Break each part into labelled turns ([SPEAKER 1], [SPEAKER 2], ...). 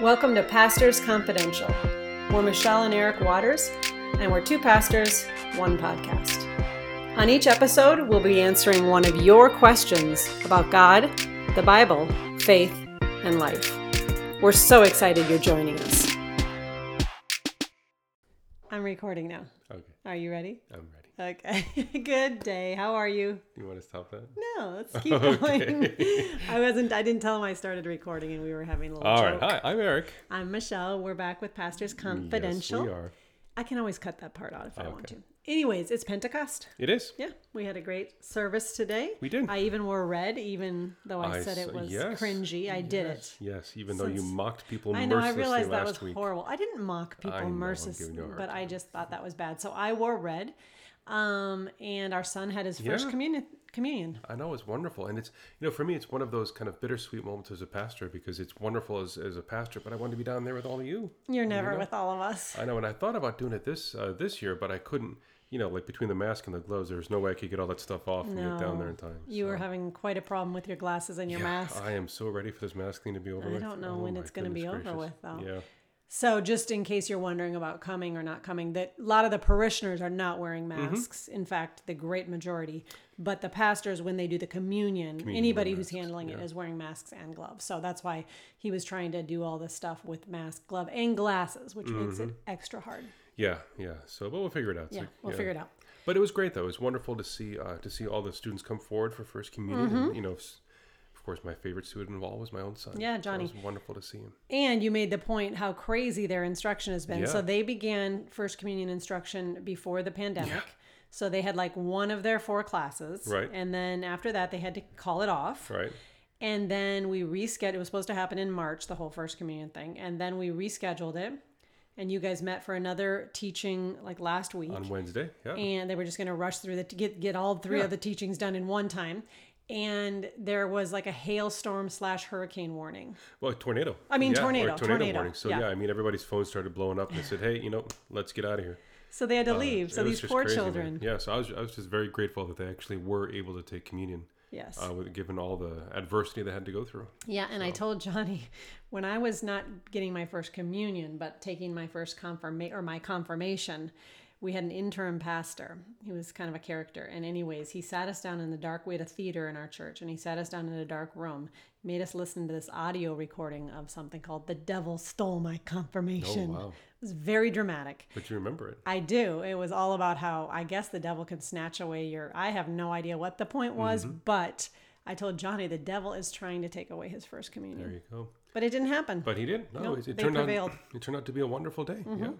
[SPEAKER 1] Welcome to Pastors Confidential. We're Michelle and Eric Waters, and we're two pastors, one podcast. On each episode, we'll be answering one of your questions about God, the Bible, faith, and life. We're so excited you're joining us. I'm recording now.
[SPEAKER 2] Okay,
[SPEAKER 1] Are you ready?
[SPEAKER 2] I'm ready.
[SPEAKER 1] Okay. Good day. How are you?
[SPEAKER 2] You want to stop that?
[SPEAKER 1] No, let's keep going.
[SPEAKER 2] Okay.
[SPEAKER 1] I wasn't. I didn't tell him I started recording, and we were having a little.
[SPEAKER 2] All
[SPEAKER 1] joke.
[SPEAKER 2] right. Hi, I'm Eric.
[SPEAKER 1] I'm Michelle. We're back with Pastors Confidential.
[SPEAKER 2] Yes, we are.
[SPEAKER 1] I can always cut that part out if I want
[SPEAKER 2] Okay.
[SPEAKER 1] to. Anyways, it's Pentecost.
[SPEAKER 2] It is.
[SPEAKER 1] Yeah, we had a great service today.
[SPEAKER 2] We did.
[SPEAKER 1] I even wore red, even though I,
[SPEAKER 2] I
[SPEAKER 1] said it
[SPEAKER 2] s-
[SPEAKER 1] was
[SPEAKER 2] yes.
[SPEAKER 1] cringy. I did it.
[SPEAKER 2] Yes, even though you
[SPEAKER 1] Since-
[SPEAKER 2] mocked people
[SPEAKER 1] I know. I
[SPEAKER 2] mercilessly
[SPEAKER 1] realized that
[SPEAKER 2] last
[SPEAKER 1] was
[SPEAKER 2] week.
[SPEAKER 1] horrible. I didn't mock people
[SPEAKER 2] know, I'm
[SPEAKER 1] mercilessly,
[SPEAKER 2] giving you a hard
[SPEAKER 1] but I just thought that was bad. So I wore red, um, and our son had his first
[SPEAKER 2] Yeah.
[SPEAKER 1] communion. Communion.
[SPEAKER 2] I know it's wonderful, and it's you know for me it's one of those kind of bittersweet moments as a pastor because it's wonderful as, as a pastor, but I wanted to be down there with all of you.
[SPEAKER 1] You're never with all of us.
[SPEAKER 2] I know, and I thought about doing it this uh, this year, but I couldn't. You know, like between the mask and the gloves, there was no way I could get all that stuff off and get down there in time.
[SPEAKER 1] You
[SPEAKER 2] so-
[SPEAKER 1] were having quite a problem with your glasses and your
[SPEAKER 2] Yeah,
[SPEAKER 1] mask.
[SPEAKER 2] I am so ready for this mask thing to be over.
[SPEAKER 1] I
[SPEAKER 2] with.
[SPEAKER 1] don't know
[SPEAKER 2] Oh
[SPEAKER 1] when
[SPEAKER 2] my
[SPEAKER 1] it's gonna be
[SPEAKER 2] goodness
[SPEAKER 1] over
[SPEAKER 2] gracious.
[SPEAKER 1] with, though.
[SPEAKER 2] Yeah.
[SPEAKER 1] So, just in case you're wondering about coming or not coming, that a lot of the parishioners are not wearing
[SPEAKER 2] Mm-hmm.
[SPEAKER 1] masks. In fact, the great majority. But the pastors, when they do the communion, anybody who's handling it is wearing masks and gloves. So that's why he was trying to do all this stuff with mask, glove, and glasses, which makes it extra hard.
[SPEAKER 2] Yeah, yeah. So, but we'll figure it out. Mm-hmm. It's
[SPEAKER 1] Yeah,
[SPEAKER 2] like-
[SPEAKER 1] we'll figure it out.
[SPEAKER 2] But it was great though. It was wonderful to see uh, to see all the students come forward for first communion. And, you know, s- of course, my favorite student of all was my own son.
[SPEAKER 1] Mm-hmm. Yeah, Johnny.
[SPEAKER 2] So it was wonderful to see him.
[SPEAKER 1] And you made the point how crazy their instruction has been. So
[SPEAKER 2] Yeah.
[SPEAKER 1] they began First Communion instruction before the pandemic. So they had like one of their four classes.
[SPEAKER 2] Right.
[SPEAKER 1] And then after that, they had to call it off.
[SPEAKER 2] Right?
[SPEAKER 1] And then we rescheduled. It was supposed to happen in March, the whole first communion thing. And then we rescheduled it. And you guys met for another teaching like last week.
[SPEAKER 2] On Wednesday. Yeah.
[SPEAKER 1] and they were just going to rush through the to get get all three of the teachings done in one time. And there was like a hailstorm slash hurricane warning.
[SPEAKER 2] well, tornado.
[SPEAKER 1] I mean,
[SPEAKER 2] Yeah, or
[SPEAKER 1] tornado, tornado,
[SPEAKER 2] warning. So
[SPEAKER 1] yeah.
[SPEAKER 2] yeah. I mean, everybody's phone started blowing up, and they said, "Hey, you know, let's get out of here."
[SPEAKER 1] So they had to leave. So
[SPEAKER 2] Uh, It was
[SPEAKER 1] these
[SPEAKER 2] just
[SPEAKER 1] poor
[SPEAKER 2] crazy, man.
[SPEAKER 1] children.
[SPEAKER 2] Yeah. So I was I was just very grateful that they actually were able to take communion,
[SPEAKER 1] Yes.
[SPEAKER 2] uh, with, given all the adversity they had to go through.
[SPEAKER 1] Yeah, and I told Johnny when I was not getting my first communion, but taking my first confirmation or my confirmation, we had an interim pastor. He was kind of a character. And anyways, he sat us down in the dark. We had a theater in our church, and he sat us down in a dark room, made us listen to this audio recording of something called "The Devil Stole My Confirmation."
[SPEAKER 2] wow.
[SPEAKER 1] It was very dramatic.
[SPEAKER 2] But you remember it.
[SPEAKER 1] I do. It was all about how I guess the devil can snatch away your. I have no idea what the point was,
[SPEAKER 2] Mm-hmm.
[SPEAKER 1] but I told Johnny the devil is trying to take away his first
[SPEAKER 2] There
[SPEAKER 1] communion,
[SPEAKER 2] you go.
[SPEAKER 1] but it didn't happen.
[SPEAKER 2] But he didn't. No,
[SPEAKER 1] Nope,
[SPEAKER 2] it, it
[SPEAKER 1] they
[SPEAKER 2] turned
[SPEAKER 1] prevailed. Mm-hmm.
[SPEAKER 2] out it turned out to be a wonderful day. Yeah.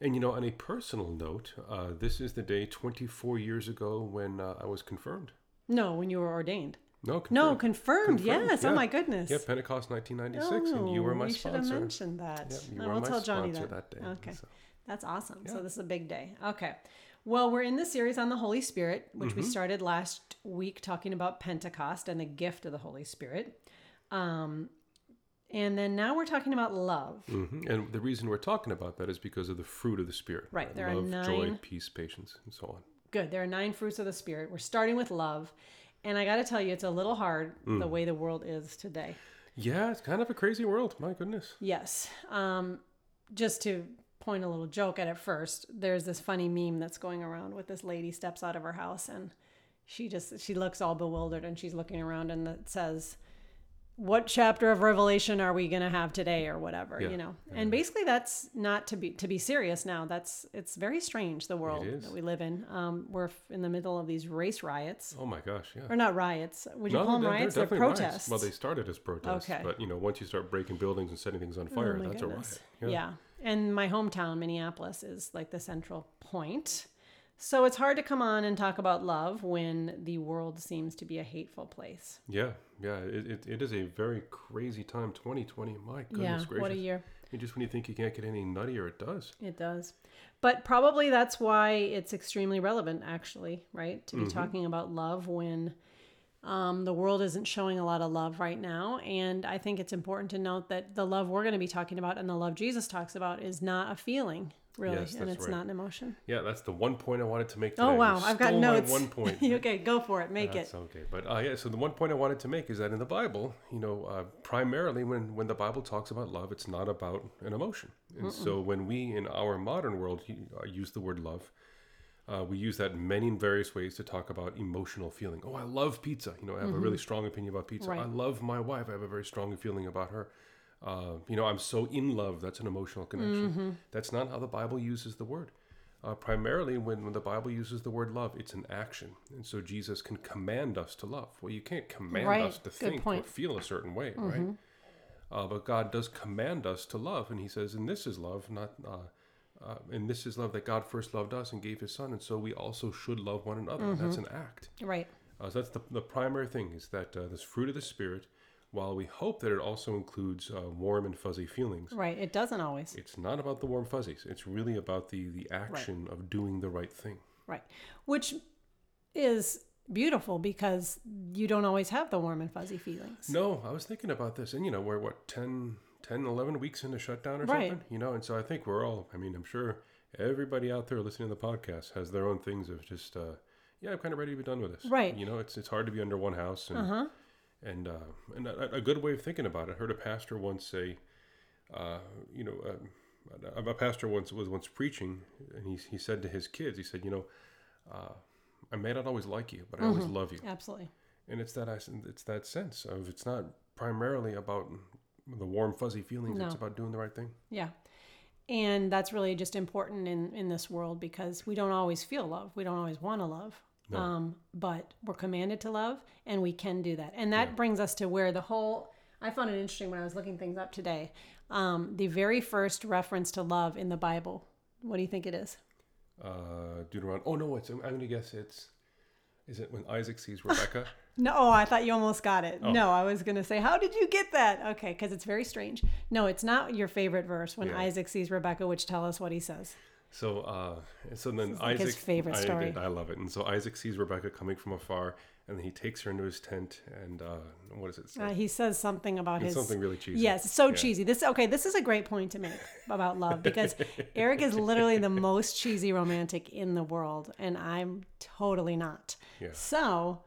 [SPEAKER 2] And you know, on a personal note, uh, this is the day 24 years ago when uh, I was confirmed.
[SPEAKER 1] no, when you were ordained.
[SPEAKER 2] No,
[SPEAKER 1] No,
[SPEAKER 2] confirmed.
[SPEAKER 1] confirmed.
[SPEAKER 2] Confirmed,
[SPEAKER 1] yes. Oh
[SPEAKER 2] yeah.
[SPEAKER 1] my goodness.
[SPEAKER 2] Yeah, Pentecost 1996, and you were
[SPEAKER 1] Oh,
[SPEAKER 2] my
[SPEAKER 1] we should have
[SPEAKER 2] sponsor.
[SPEAKER 1] mentioned that.
[SPEAKER 2] Yep, you
[SPEAKER 1] I
[SPEAKER 2] were
[SPEAKER 1] will
[SPEAKER 2] my
[SPEAKER 1] tell Johnny
[SPEAKER 2] sponsor
[SPEAKER 1] that.
[SPEAKER 2] that day,
[SPEAKER 1] Okay,
[SPEAKER 2] so.
[SPEAKER 1] that's awesome. So this is a big day. Okay, well, we're in the series on the Holy Spirit, which we started last week talking about Pentecost and the gift of the Holy Spirit. Um, and then now we're talking about love.
[SPEAKER 2] Mhm. And the reason we're talking about that is because of the fruit of the Spirit.
[SPEAKER 1] Right, there are
[SPEAKER 2] Love, joy,
[SPEAKER 1] nine-
[SPEAKER 2] peace, patience, and so on.
[SPEAKER 1] Good. There are nine fruits of the Spirit. We're starting with love. And I got to tell you, it's a little hard the way the world is today.
[SPEAKER 2] Yeah, it's kind of a crazy world. My goodness.
[SPEAKER 1] Yes. Um, just to point a little joke at it first, there's this funny meme that's going around with this lady steps out of her house and she just she looks all bewildered and she's looking around and it says, "What chapter of Revelation are we going to have today?" or whatever, you know. And basically, that's not to be to be serious now. That's it's very strange the world
[SPEAKER 2] is.
[SPEAKER 1] that we live in. Um, we're f- in the middle of these race riots.
[SPEAKER 2] Oh my gosh. Yeah.
[SPEAKER 1] Or not riots. Would you
[SPEAKER 2] No,
[SPEAKER 1] call them
[SPEAKER 2] they're- they're
[SPEAKER 1] riots? They're,
[SPEAKER 2] definitely riots.
[SPEAKER 1] protests.
[SPEAKER 2] Well, they started as protests,
[SPEAKER 1] Okay. Oh
[SPEAKER 2] but you know, once you start breaking buildings and setting things on fire, that's
[SPEAKER 1] goodness.
[SPEAKER 2] a riot.
[SPEAKER 1] Yeah. And my hometown, Minneapolis, is like the central point. So it's hard to come on and talk about love when the world seems to be a hateful place.
[SPEAKER 2] Yeah, yeah, it, it, it is a very crazy time. 2020, my goodness
[SPEAKER 1] yeah.
[SPEAKER 2] gracious.
[SPEAKER 1] What a year.
[SPEAKER 2] I mean, just when you think you can't get any nuttier, it does.
[SPEAKER 1] It does. But probably that's why it's extremely relevant, actually, right? To be
[SPEAKER 2] Mm-hmm.
[SPEAKER 1] talking about love when um, the world isn't showing a lot of love right now. And I think it's important to note that the love we're going to be talking about and the love Jesus talks about is not a feeling, really,
[SPEAKER 2] Yes,
[SPEAKER 1] and
[SPEAKER 2] that's
[SPEAKER 1] it's
[SPEAKER 2] right.
[SPEAKER 1] not an emotion.
[SPEAKER 2] Yeah, that's the one point I wanted to make. Today.
[SPEAKER 1] Oh
[SPEAKER 2] You
[SPEAKER 1] wow, I've got
[SPEAKER 2] stole my
[SPEAKER 1] notes.
[SPEAKER 2] One point.
[SPEAKER 1] okay, go for it. Make
[SPEAKER 2] That's
[SPEAKER 1] it.
[SPEAKER 2] okay. But uh, yeah, so the one point I wanted to make is that in the Bible, you know, uh, primarily when, when the Bible talks about love, it's not about an emotion. And so when we in our modern world u- uh, use the word love, uh, we use that in many and various ways to talk about emotional feeling. Oh, I love pizza. You know, I have a really strong opinion about pizza.
[SPEAKER 1] Mm-hmm. Right.
[SPEAKER 2] I love my wife. I have a very strong feeling about her. Uh, you know, I'm so in love. That's an emotional connection.
[SPEAKER 1] Mm-hmm.
[SPEAKER 2] That's not how the Bible uses the word. Uh, primarily, when, when the Bible uses the word love, it's an action. And so Jesus can command us to love. Well, you can't command
[SPEAKER 1] Right.
[SPEAKER 2] us to
[SPEAKER 1] Good
[SPEAKER 2] think
[SPEAKER 1] point. Mm-hmm.
[SPEAKER 2] or feel a certain way, right? Uh, but God does command us to love. And He says, and this is love, not. Uh, uh, and this is love that God first loved us and gave His Son, and so we also should love one another. That's
[SPEAKER 1] Mm-hmm.
[SPEAKER 2] an act.
[SPEAKER 1] Right.
[SPEAKER 2] Uh, so that's the, the primary thing is that uh, this fruit of the Spirit, while we hope that it also includes uh, warm and fuzzy feelings,
[SPEAKER 1] Right. It doesn't always.
[SPEAKER 2] it's not about the warm fuzzies. It's really about the the action of doing the right thing.
[SPEAKER 1] Right. Which is beautiful because you don't always have the warm and fuzzy feelings.
[SPEAKER 2] No, I was thinking about this, and you know, we're what 10, 10 11 weeks into shutdown or
[SPEAKER 1] Right.
[SPEAKER 2] something, you know, and so I think we're all. I mean, I'm sure everybody out there listening to the podcast has their own things of just, uh, yeah, I'm kind of ready to be done with this,
[SPEAKER 1] Right. Uh-huh.
[SPEAKER 2] You know, it's it's hard to be under one house, and and uh, and a, a good way of thinking about it. I heard a pastor once say, uh, you know, um, a a pastor once was once preaching, and he he said to his kids, he said, you know. Uh, I may not always like you, but I
[SPEAKER 1] Mm-hmm.
[SPEAKER 2] always love you
[SPEAKER 1] Absolutely.
[SPEAKER 2] and it's that I- it's that sense of it's not primarily about the warm fuzzy feelings it's
[SPEAKER 1] No.
[SPEAKER 2] about doing the right thing
[SPEAKER 1] Yeah. And that's really just important in, in this world because we don't always feel love. We don't always want to love.
[SPEAKER 2] No.
[SPEAKER 1] Um, but we're commanded to love and we can do that. And that brings us to where the whole I found it interesting when I was looking things up today. Um, the very first reference to love in the Bible. What do you think it is?
[SPEAKER 2] uh deuteronomy oh no it's i'm gonna guess it's is it when isaac sees rebecca
[SPEAKER 1] No, oh, I thought you almost got it.
[SPEAKER 2] Oh.
[SPEAKER 1] No, I was going to say, how did you get that? Okay, because it's very strange. No, it's not your favorite verse when
[SPEAKER 2] Yeah.
[SPEAKER 1] Isaac sees Rebecca, which tell us what he says.
[SPEAKER 2] so uh and so then
[SPEAKER 1] like
[SPEAKER 2] isaac
[SPEAKER 1] his favorite
[SPEAKER 2] I,
[SPEAKER 1] story.
[SPEAKER 2] I love it and so isaac sees rebecca coming from afar and then he takes her into his tent and uh what does it say
[SPEAKER 1] Uh, he says something about his
[SPEAKER 2] It's something really cheesy
[SPEAKER 1] Yes, it's so cheesy. This okay. This is a great point to make about love because Eric is literally the most cheesy romantic in the world, and I'm totally not.
[SPEAKER 2] Yeah.
[SPEAKER 1] So,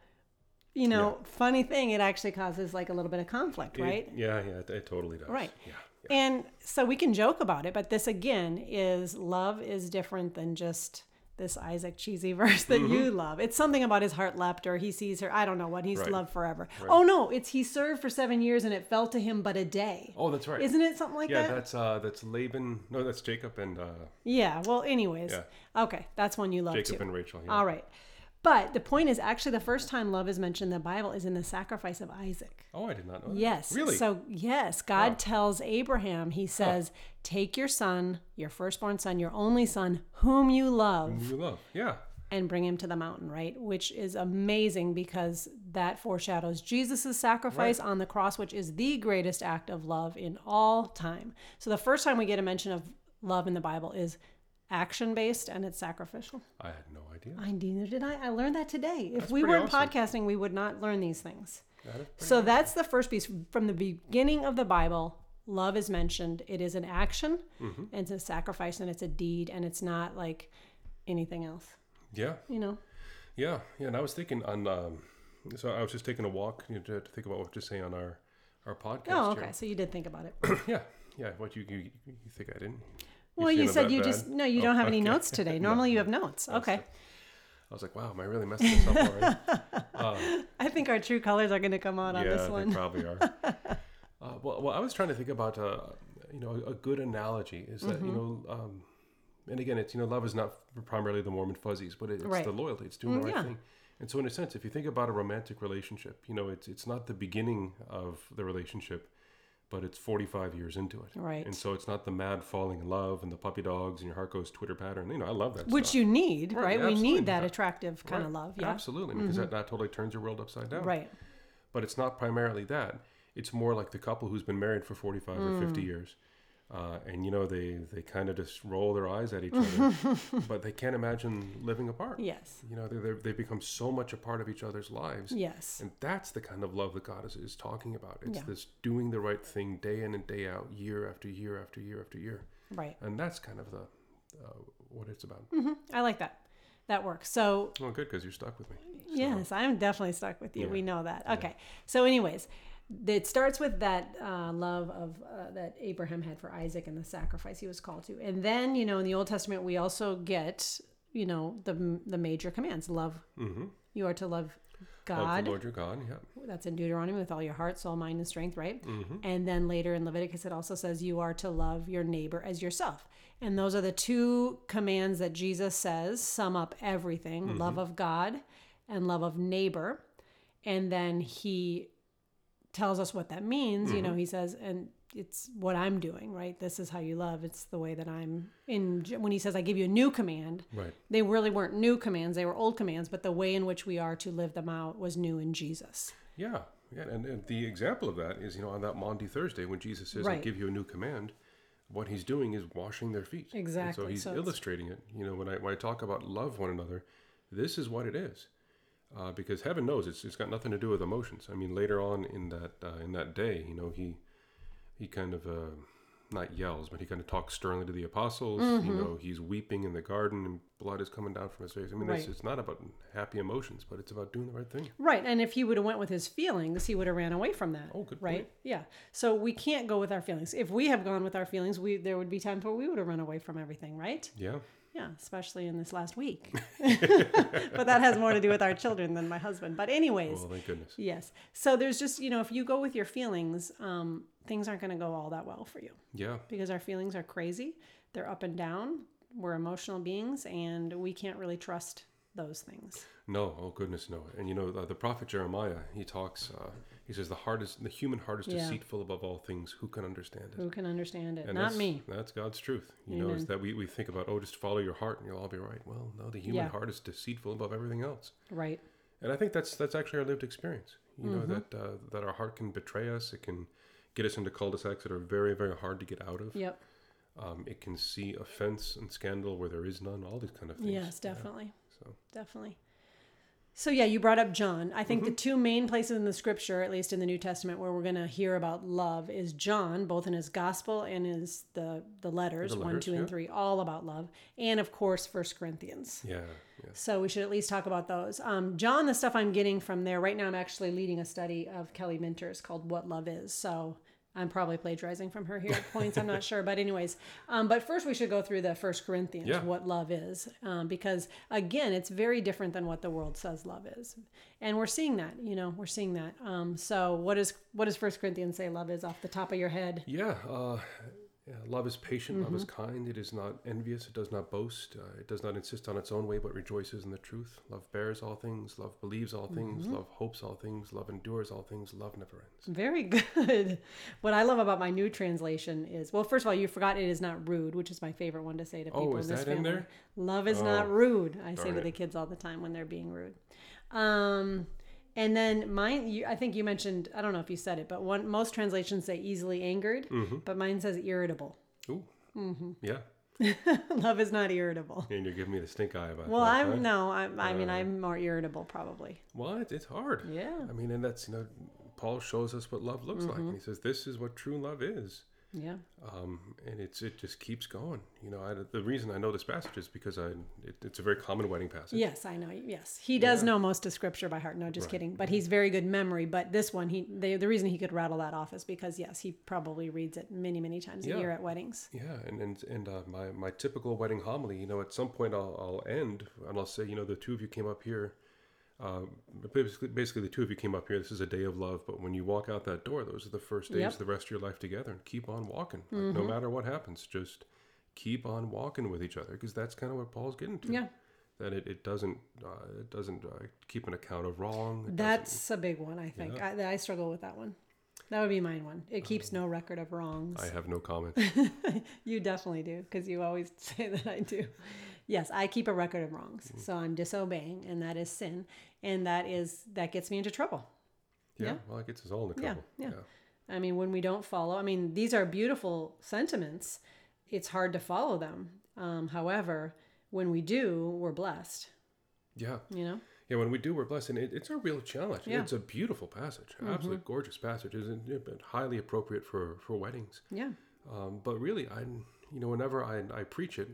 [SPEAKER 1] you know, funny thing, it actually causes like a little bit of conflict,
[SPEAKER 2] It-
[SPEAKER 1] right?
[SPEAKER 2] yeah yeah it, it totally does
[SPEAKER 1] Right.
[SPEAKER 2] yeah
[SPEAKER 1] And so we can joke about it, but this again is love is different than just this Isaac cheesy verse that you love. It's something about his heart leapt or he sees her. I don't know what he's
[SPEAKER 2] Mm-hmm. Right.
[SPEAKER 1] loved forever. Oh no, it's he served for seven years and it fell to him but a day.
[SPEAKER 2] oh that's right
[SPEAKER 1] Isn't it something like
[SPEAKER 2] yeah
[SPEAKER 1] that?
[SPEAKER 2] that's uh that's laban no that's jacob and uh
[SPEAKER 1] Yeah. Well, anyways.
[SPEAKER 2] Yeah.
[SPEAKER 1] Okay, that's one you love
[SPEAKER 2] jacob
[SPEAKER 1] too.
[SPEAKER 2] and rachel yeah.
[SPEAKER 1] All right. But the point is actually the first time love is mentioned in the Bible is in the sacrifice of Isaac.
[SPEAKER 2] oh i did not know that.
[SPEAKER 1] Yes.
[SPEAKER 2] really
[SPEAKER 1] So, yes, God tells Abraham, he says, "Take your son, your firstborn son, your only son, whom you love,
[SPEAKER 2] You love, yeah.
[SPEAKER 1] and bring him to the mountain," right? Which is amazing because that foreshadows Jesus' sacrifice on the cross, which is the greatest act of love in all time. So, the first time we get a mention of love in the Bible is action-based and it's sacrificial.
[SPEAKER 2] I had no idea.
[SPEAKER 1] I neither did I. I learned that today. If we
[SPEAKER 2] pretty
[SPEAKER 1] weren't
[SPEAKER 2] awesome.
[SPEAKER 1] podcasting, we would not learn these things.
[SPEAKER 2] That is pretty-
[SPEAKER 1] So that's the first piece. From the beginning of the Bible, love is mentioned. It is an action,
[SPEAKER 2] Mm-hmm.
[SPEAKER 1] and it's a sacrifice, and it's a deed, and it's not like anything else.
[SPEAKER 2] yeah,
[SPEAKER 1] You know?
[SPEAKER 2] yeah, yeah. And I was thinking on, um, so I was just taking a walk you know, to, to think about what to say on our our podcast.
[SPEAKER 1] Oh, okay. So you did think about it.
[SPEAKER 2] here. yeah, yeah. What you you, you think I didn't?
[SPEAKER 1] Well, you
[SPEAKER 2] feeling
[SPEAKER 1] said
[SPEAKER 2] that
[SPEAKER 1] you
[SPEAKER 2] bad?
[SPEAKER 1] just no, you don't have any notes today. Normally you have notes. Okay.
[SPEAKER 2] I was like, wow, am I really messing this up already?
[SPEAKER 1] I think our true colors are going to come out on
[SPEAKER 2] yeah,
[SPEAKER 1] this
[SPEAKER 2] they
[SPEAKER 1] one.
[SPEAKER 2] probably are. uh, well, well, I was trying to think about, uh, you know, a, a good analogy is that
[SPEAKER 1] Mm-hmm.
[SPEAKER 2] you know, um, and again, it's you know, love is not primarily the warm and fuzzies, but it, it's
[SPEAKER 1] Right. Mm,
[SPEAKER 2] the loyalty. It's doing the right
[SPEAKER 1] yeah.
[SPEAKER 2] thing. And so, in a sense, if you think about a romantic relationship, you know, it's it's not the beginning of the relationship, but it's forty five years into it.
[SPEAKER 1] Right.
[SPEAKER 2] And so, it's not the mad falling in love and the puppy dogs and your heart goes Twitter pattern. You know, I love that.
[SPEAKER 1] Which
[SPEAKER 2] stuff.
[SPEAKER 1] you need, right? We
[SPEAKER 2] absolutely.
[SPEAKER 1] need that attractive kind of
[SPEAKER 2] Right.
[SPEAKER 1] love. Yeah. Mm-hmm.
[SPEAKER 2] Absolutely, because that, that totally turns your world upside down
[SPEAKER 1] Right.
[SPEAKER 2] but it's not primarily that. It's more like the couple who's been married for 45 or
[SPEAKER 1] Hmm.
[SPEAKER 2] 50 years. Uh, and you know they they kind of just roll their eyes at each other, but they can't imagine living apart.
[SPEAKER 1] Yes.
[SPEAKER 2] You know they they they become so much a part of each other's lives,
[SPEAKER 1] Yes.
[SPEAKER 2] and that's the kind of love that God is, is talking about. It's
[SPEAKER 1] Yeah.
[SPEAKER 2] this doing the right thing day in and day out, year after year after year after year,
[SPEAKER 1] Right.
[SPEAKER 2] and that's kind of the uh, what it's about.
[SPEAKER 1] hmm I like that. That works. So
[SPEAKER 2] Well, good because you're stuck with me. So,
[SPEAKER 1] Yes, I'm definitely stuck with you.
[SPEAKER 2] Yeah.
[SPEAKER 1] We know that.
[SPEAKER 2] Yeah.
[SPEAKER 1] Okay. So, anyways, it starts with that uh, love of uh, that Abraham had for Isaac and the sacrifice he was called to, and then you know in the Old Testament we also get you know the the major commands: love
[SPEAKER 2] mhm.
[SPEAKER 1] you are to love
[SPEAKER 2] Love
[SPEAKER 1] God.
[SPEAKER 2] the Lord your God. Yeah.
[SPEAKER 1] That's in Deuteronomy with all your heart, soul, mind, and strength, right?
[SPEAKER 2] Mm-hmm.
[SPEAKER 1] And then later in Leviticus, it also says you are to love your neighbor as yourself. And those are the two commands that Jesus says sum up everything love of God and love of neighbor. And then he tells us what that means. You know, he says, and it's what I'm doing, right? This is how you love. It's the way that I'm in. When he says, I give you a new command,
[SPEAKER 2] Right.
[SPEAKER 1] they really weren't new commands, they were old commands, but the way in which we are to live them out was new in Jesus.
[SPEAKER 2] Yeah. Yeah. And, and the example of that is, you know, on that Maundy Thursday when Jesus says,
[SPEAKER 1] Right.
[SPEAKER 2] "I give you a new command," what he's doing is washing their feet. And
[SPEAKER 1] Exactly.
[SPEAKER 2] so he's
[SPEAKER 1] So it's-
[SPEAKER 2] illustrating it. You know, when I when I talk about love one another, this is what it is. Uh, because heaven knows it's, it's got nothing to do with emotions. I mean, later on in that uh, in that day, you know, he he kind of uh, not yells, but he kind of talks sternly to the apostles.
[SPEAKER 1] Mm-hmm.
[SPEAKER 2] You know, he's weeping in the garden, and blood is coming down from his face. I mean, it's,
[SPEAKER 1] Right.
[SPEAKER 2] it's not about happy emotions, but it's about doing the right thing.
[SPEAKER 1] Right, and if he would have went with his feelings, he would have ran away from that.
[SPEAKER 2] Oh, good
[SPEAKER 1] Right?
[SPEAKER 2] point.
[SPEAKER 1] Yeah. So we can't go with our feelings. If we have gone with our feelings, we there would be times where we would have run away from everything, right?
[SPEAKER 2] Yeah.
[SPEAKER 1] Yeah, especially in this last week. but that has more to do with our children than my husband. But anyways,
[SPEAKER 2] Well, thank goodness.
[SPEAKER 1] yes. So there's just you know if you go with your feelings, um, things aren't going to go all that well for you
[SPEAKER 2] Yeah.
[SPEAKER 1] because our feelings are crazy. They're up and down. We're emotional beings, and we can't really trust those things.
[SPEAKER 2] No, oh goodness, no. And you know, uh, the, the prophet Jeremiah, he talks. Uh, he says, "The heart is the human heart is
[SPEAKER 1] Yeah.
[SPEAKER 2] deceitful above all things. Who can understand it?"
[SPEAKER 1] Who can understand it?
[SPEAKER 2] And
[SPEAKER 1] Not
[SPEAKER 2] that's,
[SPEAKER 1] me.
[SPEAKER 2] That's God's truth. You know, is that we, we think about, oh, just follow your heart and you'll all be right. Well, no, the human
[SPEAKER 1] Yeah.
[SPEAKER 2] heart is deceitful above everything else.
[SPEAKER 1] Right.
[SPEAKER 2] And I think that's that's actually our lived experience. You
[SPEAKER 1] Mm-hmm.
[SPEAKER 2] know that uh, that our heart can betray us. It can get us into cul-de-sacs that are very very hard to get out of.
[SPEAKER 1] Yep.
[SPEAKER 2] Um, it can see offense and scandal where there is none. All these kind of things.
[SPEAKER 1] Yes, definitely.
[SPEAKER 2] So
[SPEAKER 1] Definitely. So yeah, you brought up John. I
[SPEAKER 2] Mm-hmm.
[SPEAKER 1] think the two main places in the scripture, at least in the New Testament, where we're going to hear about love is John, both in his gospel and his the the letters,
[SPEAKER 2] The
[SPEAKER 1] one,
[SPEAKER 2] letters,
[SPEAKER 1] two, and
[SPEAKER 2] yeah.
[SPEAKER 1] three, all about love, and of course First Corinthians.
[SPEAKER 2] yeah, yeah.
[SPEAKER 1] So we should at least talk about those. Um, John, the stuff I'm getting from there right now, I'm actually leading a study of Kelly Minter's called "What Love Is." So I'm probably plagiarizing from her here at points. I'm not sure, but anyways. Um, but first, we should go through the First Corinthians,
[SPEAKER 2] Yeah.
[SPEAKER 1] what love is, um, because again, it's very different than what the world says love is, and we're seeing that. You know, we're seeing that. Um, so what is what does First Corinthians say love is off the top of your head?
[SPEAKER 2] Yeah, uh, yeah, love is patient, love is
[SPEAKER 1] Mm-hmm.
[SPEAKER 2] kind, it is not envious, it does not boast, uh, it does not insist on its own way, but rejoices in the truth. Love bears all things, love believes all things,
[SPEAKER 1] Mm-hmm.
[SPEAKER 2] love hopes all things, love endures all things, love never ends.
[SPEAKER 1] Very good. What I love about my new translation is well, first of all, you forgot it is not rude, which is my favorite one to say to
[SPEAKER 2] Oh,
[SPEAKER 1] people
[SPEAKER 2] is
[SPEAKER 1] in this
[SPEAKER 2] that in
[SPEAKER 1] family.
[SPEAKER 2] there? Oh.
[SPEAKER 1] Love is not rude. I say
[SPEAKER 2] darn
[SPEAKER 1] to
[SPEAKER 2] it.
[SPEAKER 1] the kids all the time when they're being rude. Um, and then mine, you, I think you mentioned. I don't know if you said it, but one most translations say easily angered,
[SPEAKER 2] Mm-hmm.
[SPEAKER 1] but mine says irritable.
[SPEAKER 2] Ooh.
[SPEAKER 1] Mm-hmm.
[SPEAKER 2] Yeah.
[SPEAKER 1] Love is not irritable.
[SPEAKER 2] And you're giving me the stink eye about
[SPEAKER 1] Well,
[SPEAKER 2] that.
[SPEAKER 1] I'm
[SPEAKER 2] huh?
[SPEAKER 1] no, I'm, I
[SPEAKER 2] Uh.
[SPEAKER 1] mean, I'm more irritable probably.
[SPEAKER 2] Well, it's, it's hard.
[SPEAKER 1] Yeah. Mm-hmm.
[SPEAKER 2] I mean, and that's, you know, Paul shows us what love looks like. And he says, this is what true love is.
[SPEAKER 1] Yeah.
[SPEAKER 2] um, and it's it just keeps going. You know, I, the reason I know this passage is because I it, it's a very common wedding passage.
[SPEAKER 1] Yes, I know. Yes, he does know most of Scripture by heart. No, just kidding.
[SPEAKER 2] Mm-hmm.
[SPEAKER 1] But he's very good memory. But this one, he the, the reason he could rattle that off is because yes, he probably reads it many many times
[SPEAKER 2] Yeah.
[SPEAKER 1] a year at weddings.
[SPEAKER 2] Yeah, and and and uh, my my typical wedding homily. You know, at some point I'll I'll end and I'll say, you know, the two of you came up here. Uh, basically, basically, the two of you came up here. This is a day of love, but when you walk out that door, those are the first days,
[SPEAKER 1] Yep. Mm-hmm.
[SPEAKER 2] of the rest of your life together, and keep on walking. Like, No matter what happens, just keep on walking with each other, because that's kind of what Paul's getting to.
[SPEAKER 1] Yeah,
[SPEAKER 2] That it, it doesn't uh, it doesn't uh, keep an account of wrong. It doesn't-
[SPEAKER 1] that's a big one. I think I, I struggle with that one. That would be mine one. It keeps no record of wrongs.
[SPEAKER 2] Um, I have no comment.
[SPEAKER 1] you definitely do because you always say that I do. Yes, I keep a record of wrongs,
[SPEAKER 2] Mm-hmm.
[SPEAKER 1] so I'm disobeying, and that is sin, and that is that gets me into trouble.
[SPEAKER 2] Yeah,
[SPEAKER 1] Yeah.
[SPEAKER 2] well, it gets us all into
[SPEAKER 1] Yeah,
[SPEAKER 2] trouble.
[SPEAKER 1] yeah. I mean, when we don't follow, I mean, these are beautiful sentiments. It's hard to follow them. Um, however, when we do, we're blessed.
[SPEAKER 2] yeah,
[SPEAKER 1] You know,
[SPEAKER 2] Yeah, When we do, we're blessed, and it, it's a real challenge.
[SPEAKER 1] Yeah. Mm-hmm.
[SPEAKER 2] It's a beautiful passage, absolute gorgeous passage, isn't it? But highly appropriate for for weddings.
[SPEAKER 1] yeah,
[SPEAKER 2] Um, but really, I, you know, whenever I I preach it,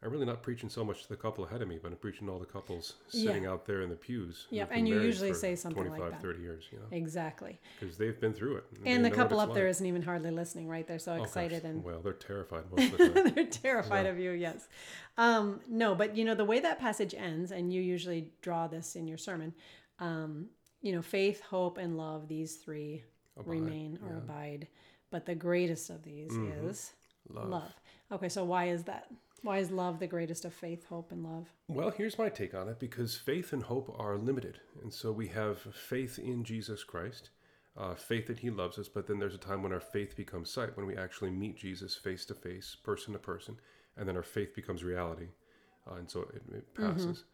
[SPEAKER 2] I'm really not preaching so much to the couple ahead of me, but I'm preaching to all the couples sitting out there in the pews. who've
[SPEAKER 1] Yeah,
[SPEAKER 2] been
[SPEAKER 1] and you
[SPEAKER 2] married
[SPEAKER 1] usually
[SPEAKER 2] for
[SPEAKER 1] say something like that.
[SPEAKER 2] 25, 30 years, you know,
[SPEAKER 1] Exactly.
[SPEAKER 2] because they've been through it.
[SPEAKER 1] And
[SPEAKER 2] they
[SPEAKER 1] the
[SPEAKER 2] know what
[SPEAKER 1] couple
[SPEAKER 2] it's
[SPEAKER 1] up there
[SPEAKER 2] like.
[SPEAKER 1] isn't even hardly listening, right? They're so
[SPEAKER 2] Oh, gosh.
[SPEAKER 1] excited and
[SPEAKER 2] well, they're terrified most of the time.
[SPEAKER 1] They're terrified of you, yes. Um, no, but you know, the way that passage ends, and you usually draw this in your sermon, um, you know, faith, hope, and love, these three remain or abide. But the greatest of these is
[SPEAKER 2] Love.
[SPEAKER 1] love. Okay, so why is that? Why is love the greatest of faith, hope, and love?
[SPEAKER 2] Well, here's my take on it because faith and hope are limited. And so we have faith in Jesus Christ, uh, faith that he loves us, but then there's a time when our faith becomes sight, when we actually meet Jesus face to face, person to person, and then our faith becomes reality. Uh, and so it, it passes.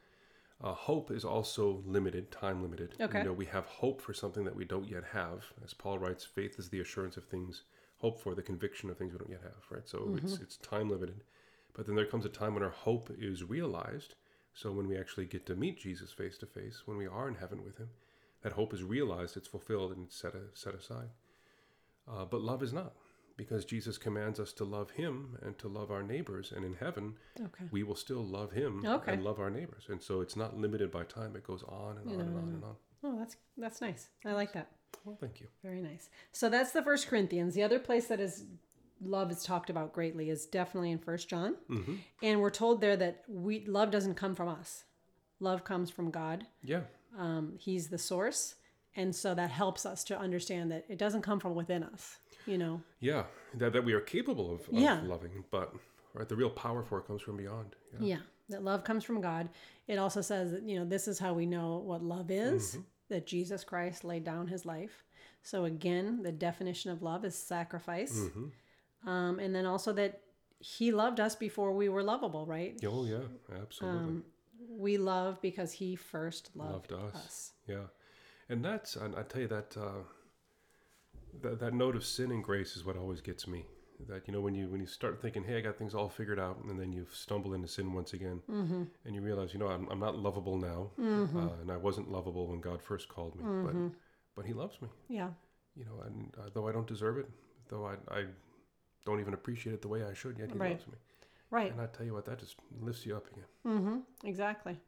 [SPEAKER 2] Uh, hope is also limited, time limited.
[SPEAKER 1] Okay.
[SPEAKER 2] You know, we have hope for something that we don't yet have. As Paul writes, faith is the assurance of things hoped for, the conviction of things we don't yet have, right? So it's, it's time limited. But then there comes a time when our hope is realized. So when we actually get to meet Jesus face to face, when we are in heaven with him, that hope is realized, it's fulfilled, and it's set, a, set aside. Uh, but love is not, because Jesus commands us to love him and to love our neighbors. And in heaven,
[SPEAKER 1] Okay.
[SPEAKER 2] we will still love him
[SPEAKER 1] Okay.
[SPEAKER 2] and love our neighbors. And so it's not limited by time. It goes on and on and on and on.
[SPEAKER 1] Oh, that's that's nice. I like that.
[SPEAKER 2] Well, thank you.
[SPEAKER 1] Very nice. So that's the First Corinthians. The other place that is love is talked about greatly is definitely in First John, and we're told there that we love doesn't come from us. Love comes from God.
[SPEAKER 2] Yeah.
[SPEAKER 1] Um, he's the source, and so that helps us to understand that it doesn't come from within us. You know,
[SPEAKER 2] Yeah. That, that we are capable of, of
[SPEAKER 1] Yeah.
[SPEAKER 2] loving, but right, the real power for it comes from beyond. Yeah.
[SPEAKER 1] yeah, that love comes from God. It also says that you know this is how we know what love is.
[SPEAKER 2] Mm-hmm.
[SPEAKER 1] That Jesus Christ laid down His life. So again, the definition of love is sacrifice.
[SPEAKER 2] hmm
[SPEAKER 1] um, and then also that he loved us before we were lovable right
[SPEAKER 2] Oh, yeah. Absolutely.
[SPEAKER 1] Um, we love because he first loved,
[SPEAKER 2] Loved us.
[SPEAKER 1] us
[SPEAKER 2] Yeah, and that's and I tell you that uh, that that note of sin and grace is what always gets me. That you know when you when you start thinking, hey, I got things all figured out, and then you stumble into sin once again,
[SPEAKER 1] Mm-hmm.
[SPEAKER 2] and you realize, you know, I'm, I'm not lovable now, uh, and I wasn't lovable when God first called me,
[SPEAKER 1] Mm-hmm.
[SPEAKER 2] but but He loves me.
[SPEAKER 1] yeah
[SPEAKER 2] You know, and uh, though I don't deserve it, though I, I don't even appreciate it the way I should, yet He
[SPEAKER 1] Right.
[SPEAKER 2] loves me.
[SPEAKER 1] right
[SPEAKER 2] And I tell you what, that just lifts you up again.
[SPEAKER 1] mm-hmm. exactly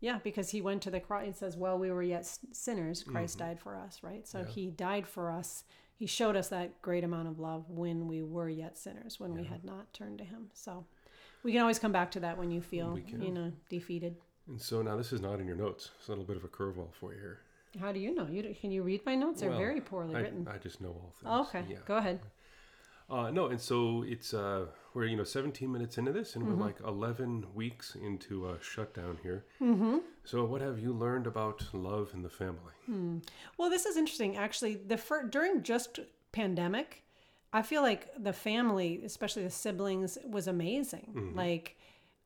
[SPEAKER 1] yeah because he went to the cross it says while we were yet s- sinners christ
[SPEAKER 2] Mm-hmm.
[SPEAKER 1] died for us right so he died for us he showed us that great amount of love when we were yet sinners when we had not turned to him so we can always come back to that when you feel
[SPEAKER 2] We can.
[SPEAKER 1] you know defeated
[SPEAKER 2] And so now this is not in your notes. It's a little bit of a curveball for you here.
[SPEAKER 1] how do you know you don't- can you read my notes they're
[SPEAKER 2] Well,
[SPEAKER 1] very poorly
[SPEAKER 2] I,
[SPEAKER 1] written Oh,
[SPEAKER 2] I just know all things.
[SPEAKER 1] okay
[SPEAKER 2] Yeah.
[SPEAKER 1] go ahead
[SPEAKER 2] Uh, no, and so it's uh, we're you know 17 minutes into this, and
[SPEAKER 1] Mm-hmm.
[SPEAKER 2] we're like 11 weeks into a shutdown here. Mm-hmm. So, what have you learned about love and the family?
[SPEAKER 1] Well, this is interesting. Actually, the fir- during just pandemic, I feel like the family, especially the siblings, was amazing.
[SPEAKER 2] Mm-hmm.
[SPEAKER 1] Like,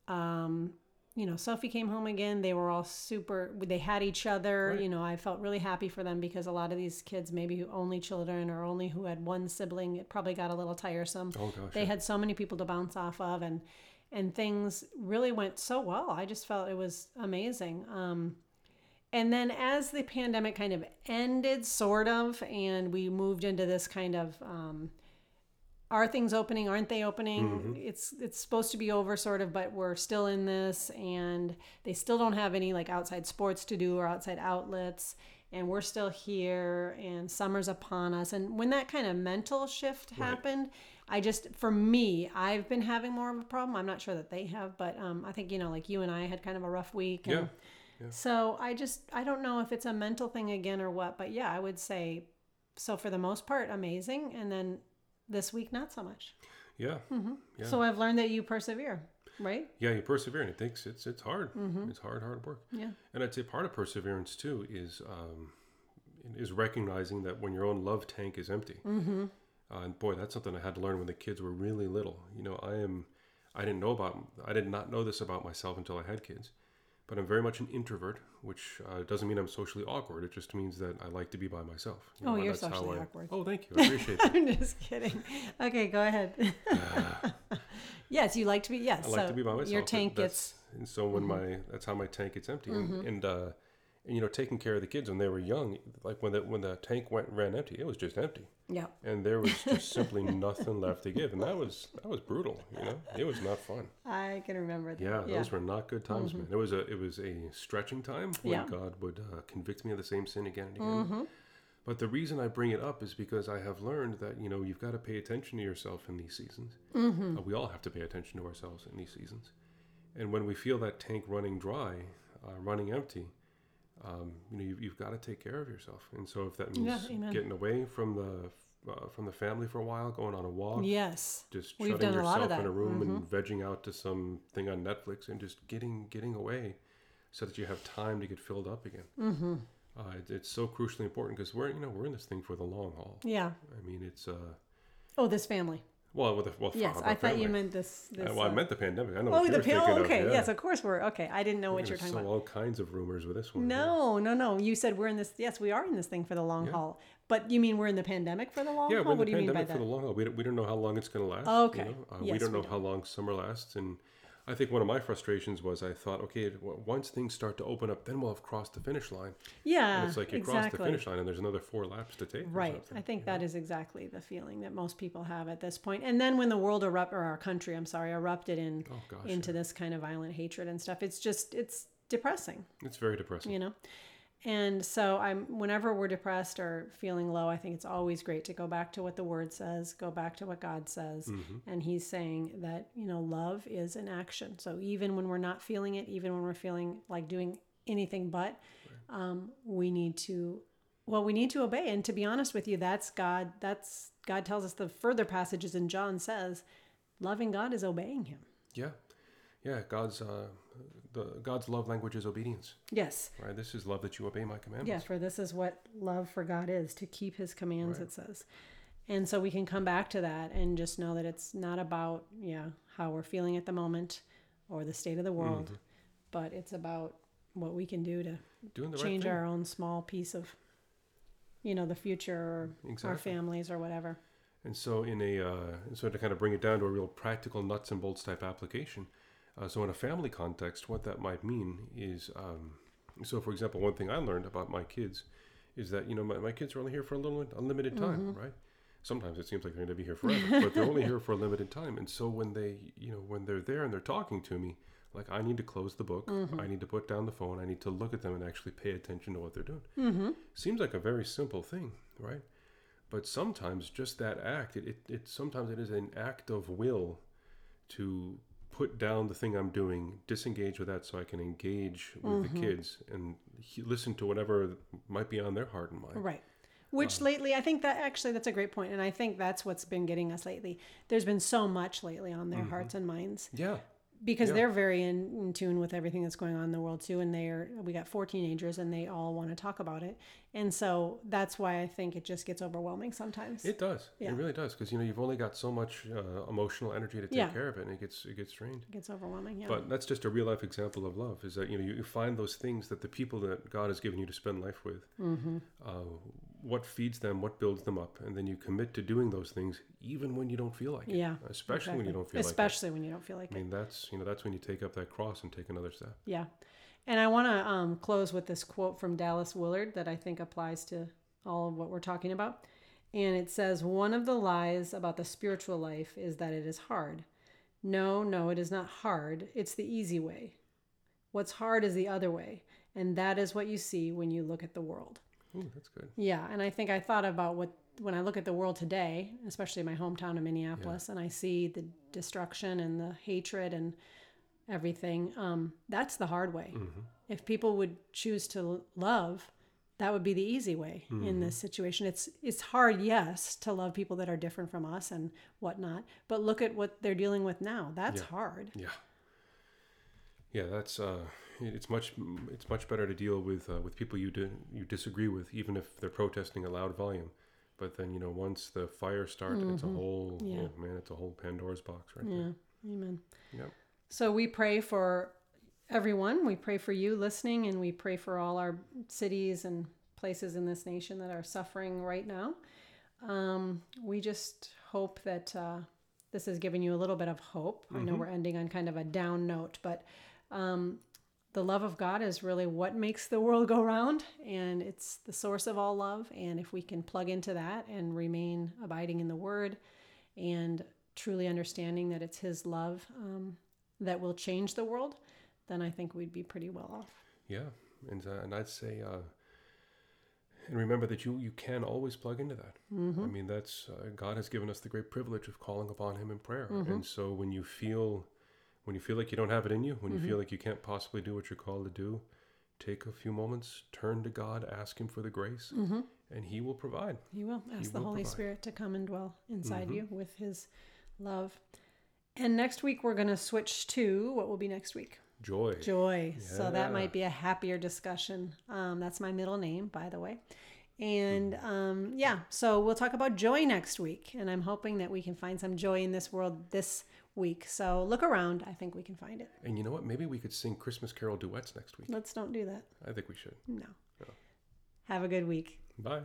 [SPEAKER 1] um, you know, Sophie came home again. They were all super. They had each other.
[SPEAKER 2] Right.
[SPEAKER 1] You know, I felt really happy for them because a lot of these kids, maybe who only children or only who had one sibling, it probably got a little tiresome.
[SPEAKER 2] Oh gosh,
[SPEAKER 1] They had so many people to bounce off of, and and things really went so well. I just felt it was amazing. Um, and then as the pandemic kind of ended, sort of, and we moved into this kind of um, are things opening? Aren't they opening? It's it's supposed to be over, sort of, but we're still in this, and they still don't have any like outside sports to do or outside outlets. And we're still here, and summer's upon us. And when that kind of mental shift happened, I just, for me, I've been having more of a problem. I'm not sure that they have, but um, I think you know, like you and I had kind of a rough week. And
[SPEAKER 2] yeah,
[SPEAKER 1] so I just I don't know if it's a mental thing again or what, but yeah, I would say so for the most part amazing and then this week not so much.
[SPEAKER 2] yeah,
[SPEAKER 1] Mm-hmm.
[SPEAKER 2] Yeah.
[SPEAKER 1] So I've learned that you persevere, right?
[SPEAKER 2] yeah. You persevere, and it takes it's it's hard.
[SPEAKER 1] Mm-hmm.
[SPEAKER 2] It's hard, hard work.
[SPEAKER 1] Yeah.
[SPEAKER 2] And I'd say part of perseverance too is um, is recognizing that when your own love tank is empty. Mm-hmm. Uh, and boy, that's something I had to learn when the kids were really little. You know, I am I didn't know about I did not know this about myself until I had kids. But I'm very much an introvert, which uh, doesn't mean I'm socially awkward. It just means that I like to be by myself. You
[SPEAKER 1] Oh,
[SPEAKER 2] and
[SPEAKER 1] you're
[SPEAKER 2] that's how
[SPEAKER 1] socially
[SPEAKER 2] I-
[SPEAKER 1] awkward.
[SPEAKER 2] Oh, thank you. I appreciate that.
[SPEAKER 1] I'm just kidding. Okay, go ahead. yes, you like to be yes.
[SPEAKER 2] I like
[SPEAKER 1] so
[SPEAKER 2] to be by myself.
[SPEAKER 1] Your
[SPEAKER 2] That-
[SPEAKER 1] tank
[SPEAKER 2] that's-
[SPEAKER 1] gets Mm-hmm.
[SPEAKER 2] and so when my that's how my tank gets empty, and, and uh, and you know taking care of the kids when they were young like when the when the tank went ran empty it was just empty
[SPEAKER 1] Yeah.
[SPEAKER 2] and there was just simply nothing left to give and that was that was brutal you know it was not fun
[SPEAKER 1] I can remember that.
[SPEAKER 2] yeah, those were not good times, man. It was a it was a stretching time when
[SPEAKER 1] Yeah.
[SPEAKER 2] God would uh, convict me of the same sin again and again. But the reason I bring it up is because I have learned that you know you've got to pay attention to yourself in these seasons. Uh, we all have to pay attention to ourselves in these seasons, and when we feel that tank running dry, uh, running empty, um, you know you, you've got to take care of yourself. And so if that means
[SPEAKER 1] amen.
[SPEAKER 2] getting away from the uh, from the family for a while, going on a walk,
[SPEAKER 1] Yes.
[SPEAKER 2] just
[SPEAKER 1] We've
[SPEAKER 2] shutting
[SPEAKER 1] done a lot of
[SPEAKER 2] yourself in
[SPEAKER 1] that. Mm-hmm.
[SPEAKER 2] a room and vegging out to something on Netflix and just getting getting away so that you have time to get filled up again. Mm-hmm. Uh, it, it's so crucially important because we're you know we're in this thing for the long haul.
[SPEAKER 1] Yeah.
[SPEAKER 2] I mean it's uh
[SPEAKER 1] Oh, this family.
[SPEAKER 2] well with the, well
[SPEAKER 1] Yes,
[SPEAKER 2] for
[SPEAKER 1] I
[SPEAKER 2] our
[SPEAKER 1] thought you
[SPEAKER 2] family.
[SPEAKER 1] meant this. this
[SPEAKER 2] I, well, I
[SPEAKER 1] uh,
[SPEAKER 2] meant the pandemic. I know
[SPEAKER 1] Oh,
[SPEAKER 2] what
[SPEAKER 1] the
[SPEAKER 2] you're
[SPEAKER 1] pill.
[SPEAKER 2] thinking of,
[SPEAKER 1] Okay.
[SPEAKER 2] yeah.
[SPEAKER 1] Yes, of course we're okay. I didn't know what you're
[SPEAKER 2] There's
[SPEAKER 1] talking
[SPEAKER 2] so
[SPEAKER 1] about.
[SPEAKER 2] all kinds of rumors with this one. yeah.
[SPEAKER 1] No, no, no. You said we're in this. Yes, we are in this thing for the long haul. But you mean we're in the pandemic for the long
[SPEAKER 2] Yeah, we're
[SPEAKER 1] haul? Oh,
[SPEAKER 2] in the
[SPEAKER 1] What do you mean by
[SPEAKER 2] pandemic
[SPEAKER 1] that?
[SPEAKER 2] for the long haul. We don't, we don't know how long it's going to last.
[SPEAKER 1] Oh, okay.
[SPEAKER 2] You know? uh, we
[SPEAKER 1] Yes,
[SPEAKER 2] don't
[SPEAKER 1] we
[SPEAKER 2] know how long summer lasts. And I think one of my frustrations was I thought, okay, w- once things start to open up, then we'll have crossed the finish line.
[SPEAKER 1] yeah,
[SPEAKER 2] And it's like you
[SPEAKER 1] Uh, exactly.
[SPEAKER 2] cross the finish line and there's another four laps to take. or
[SPEAKER 1] Right.
[SPEAKER 2] something.
[SPEAKER 1] I think that is exactly the feeling that most people have at this point. And then when the world erupt or our country, I'm sorry, erupted in
[SPEAKER 2] Oh, gosh.
[SPEAKER 1] into this kind of violent hatred and stuff, it's just it's depressing,
[SPEAKER 2] It's very depressing.
[SPEAKER 1] you know. And so I'm whenever we're depressed or feeling low, I think it's always great to go back to what the word says, go back to what God says. And he's saying that, you know, love is an action. So even when we're not feeling it, even when we're feeling like doing anything but um, we need to well we need to obey and to be honest with you that's god that's god tells us the further passages in john says loving god is obeying him
[SPEAKER 2] Yeah. Yeah. God's, uh, the, God's love language is obedience.
[SPEAKER 1] yes
[SPEAKER 2] Right. This is love that you obey my commandments.
[SPEAKER 1] yeah for this is what love for god is to keep his commands it says and so we can come back to that and just know that it's not about yeah how we're feeling at the moment or the state of the world but it's about what we can do to
[SPEAKER 2] Doing Mm-hmm. the
[SPEAKER 1] change
[SPEAKER 2] right
[SPEAKER 1] our own small piece of you know the future or our
[SPEAKER 2] Exactly.
[SPEAKER 1] families or whatever
[SPEAKER 2] And so, in a uh, so to kind of bring it down to a real practical nuts and bolts type application, uh, so in a family context, what that might mean is, um, so for example, one thing I learned about my kids is that you know my, my kids are only here for a little unlimited time, right? Sometimes it seems like they're going to be here forever, but they're only here for a limited time. And so when they, you know, when they're there and they're talking to me, like I need to close the book, I need to put down the phone, I need to look at them and actually pay attention to what they're doing. Seems like a very simple thing, right? but sometimes just that act it, it, it sometimes it is an act of will to put down the thing i'm doing disengage with that so i can engage with the kids and he, listen to whatever might be on their heart and mind
[SPEAKER 1] Right. Which
[SPEAKER 2] Um,
[SPEAKER 1] lately, I think that actually that's a great point, and I think that's what's been getting us lately. There's been so much lately on their
[SPEAKER 2] Mm-hmm.
[SPEAKER 1] hearts and minds
[SPEAKER 2] yeah
[SPEAKER 1] because
[SPEAKER 2] Yeah.
[SPEAKER 1] they're very in, in tune with everything that's going on in the world too, and they're we got four teenagers and they all want to talk about it, and so that's why I think it just gets overwhelming sometimes.
[SPEAKER 2] it does
[SPEAKER 1] Yeah.
[SPEAKER 2] it really does because you know you've only got so much uh, emotional energy to take
[SPEAKER 1] Yeah.
[SPEAKER 2] care of it and it gets it gets drained
[SPEAKER 1] It gets overwhelming. Yeah.
[SPEAKER 2] But that's just a real life example of love. Is that you know you you find those things that the people that God has given you to spend life with,
[SPEAKER 1] Mm-hmm.
[SPEAKER 2] uh, what feeds them, what builds them up, and then you commit to doing those things even when you don't feel like it.
[SPEAKER 1] Yeah,
[SPEAKER 2] especially when you
[SPEAKER 1] Exactly.
[SPEAKER 2] don't feel like
[SPEAKER 1] especially when you don't feel like
[SPEAKER 2] it. I
[SPEAKER 1] it.
[SPEAKER 2] mean, that's you know that's when you take up that cross and take another step.
[SPEAKER 1] Yeah. And I want to um, close with this quote from Dallas Willard that I think applies to all of what we're talking about. And it says One of the lies about the spiritual life is that it is hard. No, no, it is not hard. It's the easy way. What's hard is the other way. And that is what you see when you look at the world.
[SPEAKER 2] Ooh, that's good.
[SPEAKER 1] Yeah, and I think I thought about what when I look at the world today, especially my hometown of Minneapolis, and I see the destruction and the hatred and everything. Um, that's the hard way. If people would choose to l- love, that would be the easy way in this situation. It's it's hard, yes, to love people that are different from us and whatnot. But look at what they're dealing with now. That's hard.
[SPEAKER 2] Yeah, yeah, that's uh, it- it's much it's much better to deal with uh, with people you do, you disagree with, even if they're protesting a loud volume. But then you know, once the fire starts, it's a whole
[SPEAKER 1] Mm-hmm. Yeah.
[SPEAKER 2] oh, man, it's a whole Pandora's box right
[SPEAKER 1] Yeah. Amen.
[SPEAKER 2] there. Yep.
[SPEAKER 1] So we pray for everyone. We pray for you listening, and we pray for all our cities and places in this nation that are suffering right now. Um, we just hope that uh, this has given you a little bit of hope. I know we're ending on kind of a down note, but um, the love of God is really what makes the world go round, and it's the source of all love. And if we can plug into that and remain abiding in the Word and truly understanding that it's His love um, that will change the world, then I think we'd be pretty well off.
[SPEAKER 2] Yeah, and uh, and I'd say, uh, and remember that you you can always plug into that. I mean, that's uh, God has given us the great privilege of calling upon Him in prayer, and so when you feel when you feel like you don't have it in you, when you feel like you can't possibly do what you're called to do, take a few moments, turn to God, ask Him for the grace, and He will provide.
[SPEAKER 1] He will ask the
[SPEAKER 2] will
[SPEAKER 1] Holy
[SPEAKER 2] provide. Mm-hmm.
[SPEAKER 1] Spirit to come and dwell inside you with His love. And next week we're going to switch to what will be next week.
[SPEAKER 2] Joy.
[SPEAKER 1] Joy. So that
[SPEAKER 2] Yeah.
[SPEAKER 1] might be a happier discussion. Um, that's my middle name, by the way. And
[SPEAKER 2] Mm.
[SPEAKER 1] um, yeah, so we'll talk about joy next week. And I'm hoping that we can find some joy in this world this week. So look around. I think we can find it.
[SPEAKER 2] And you know what? Maybe we could sing Christmas Carol duets next week.
[SPEAKER 1] Let's don't do that.
[SPEAKER 2] I think we should.
[SPEAKER 1] No. Have a good week.
[SPEAKER 2] Bye.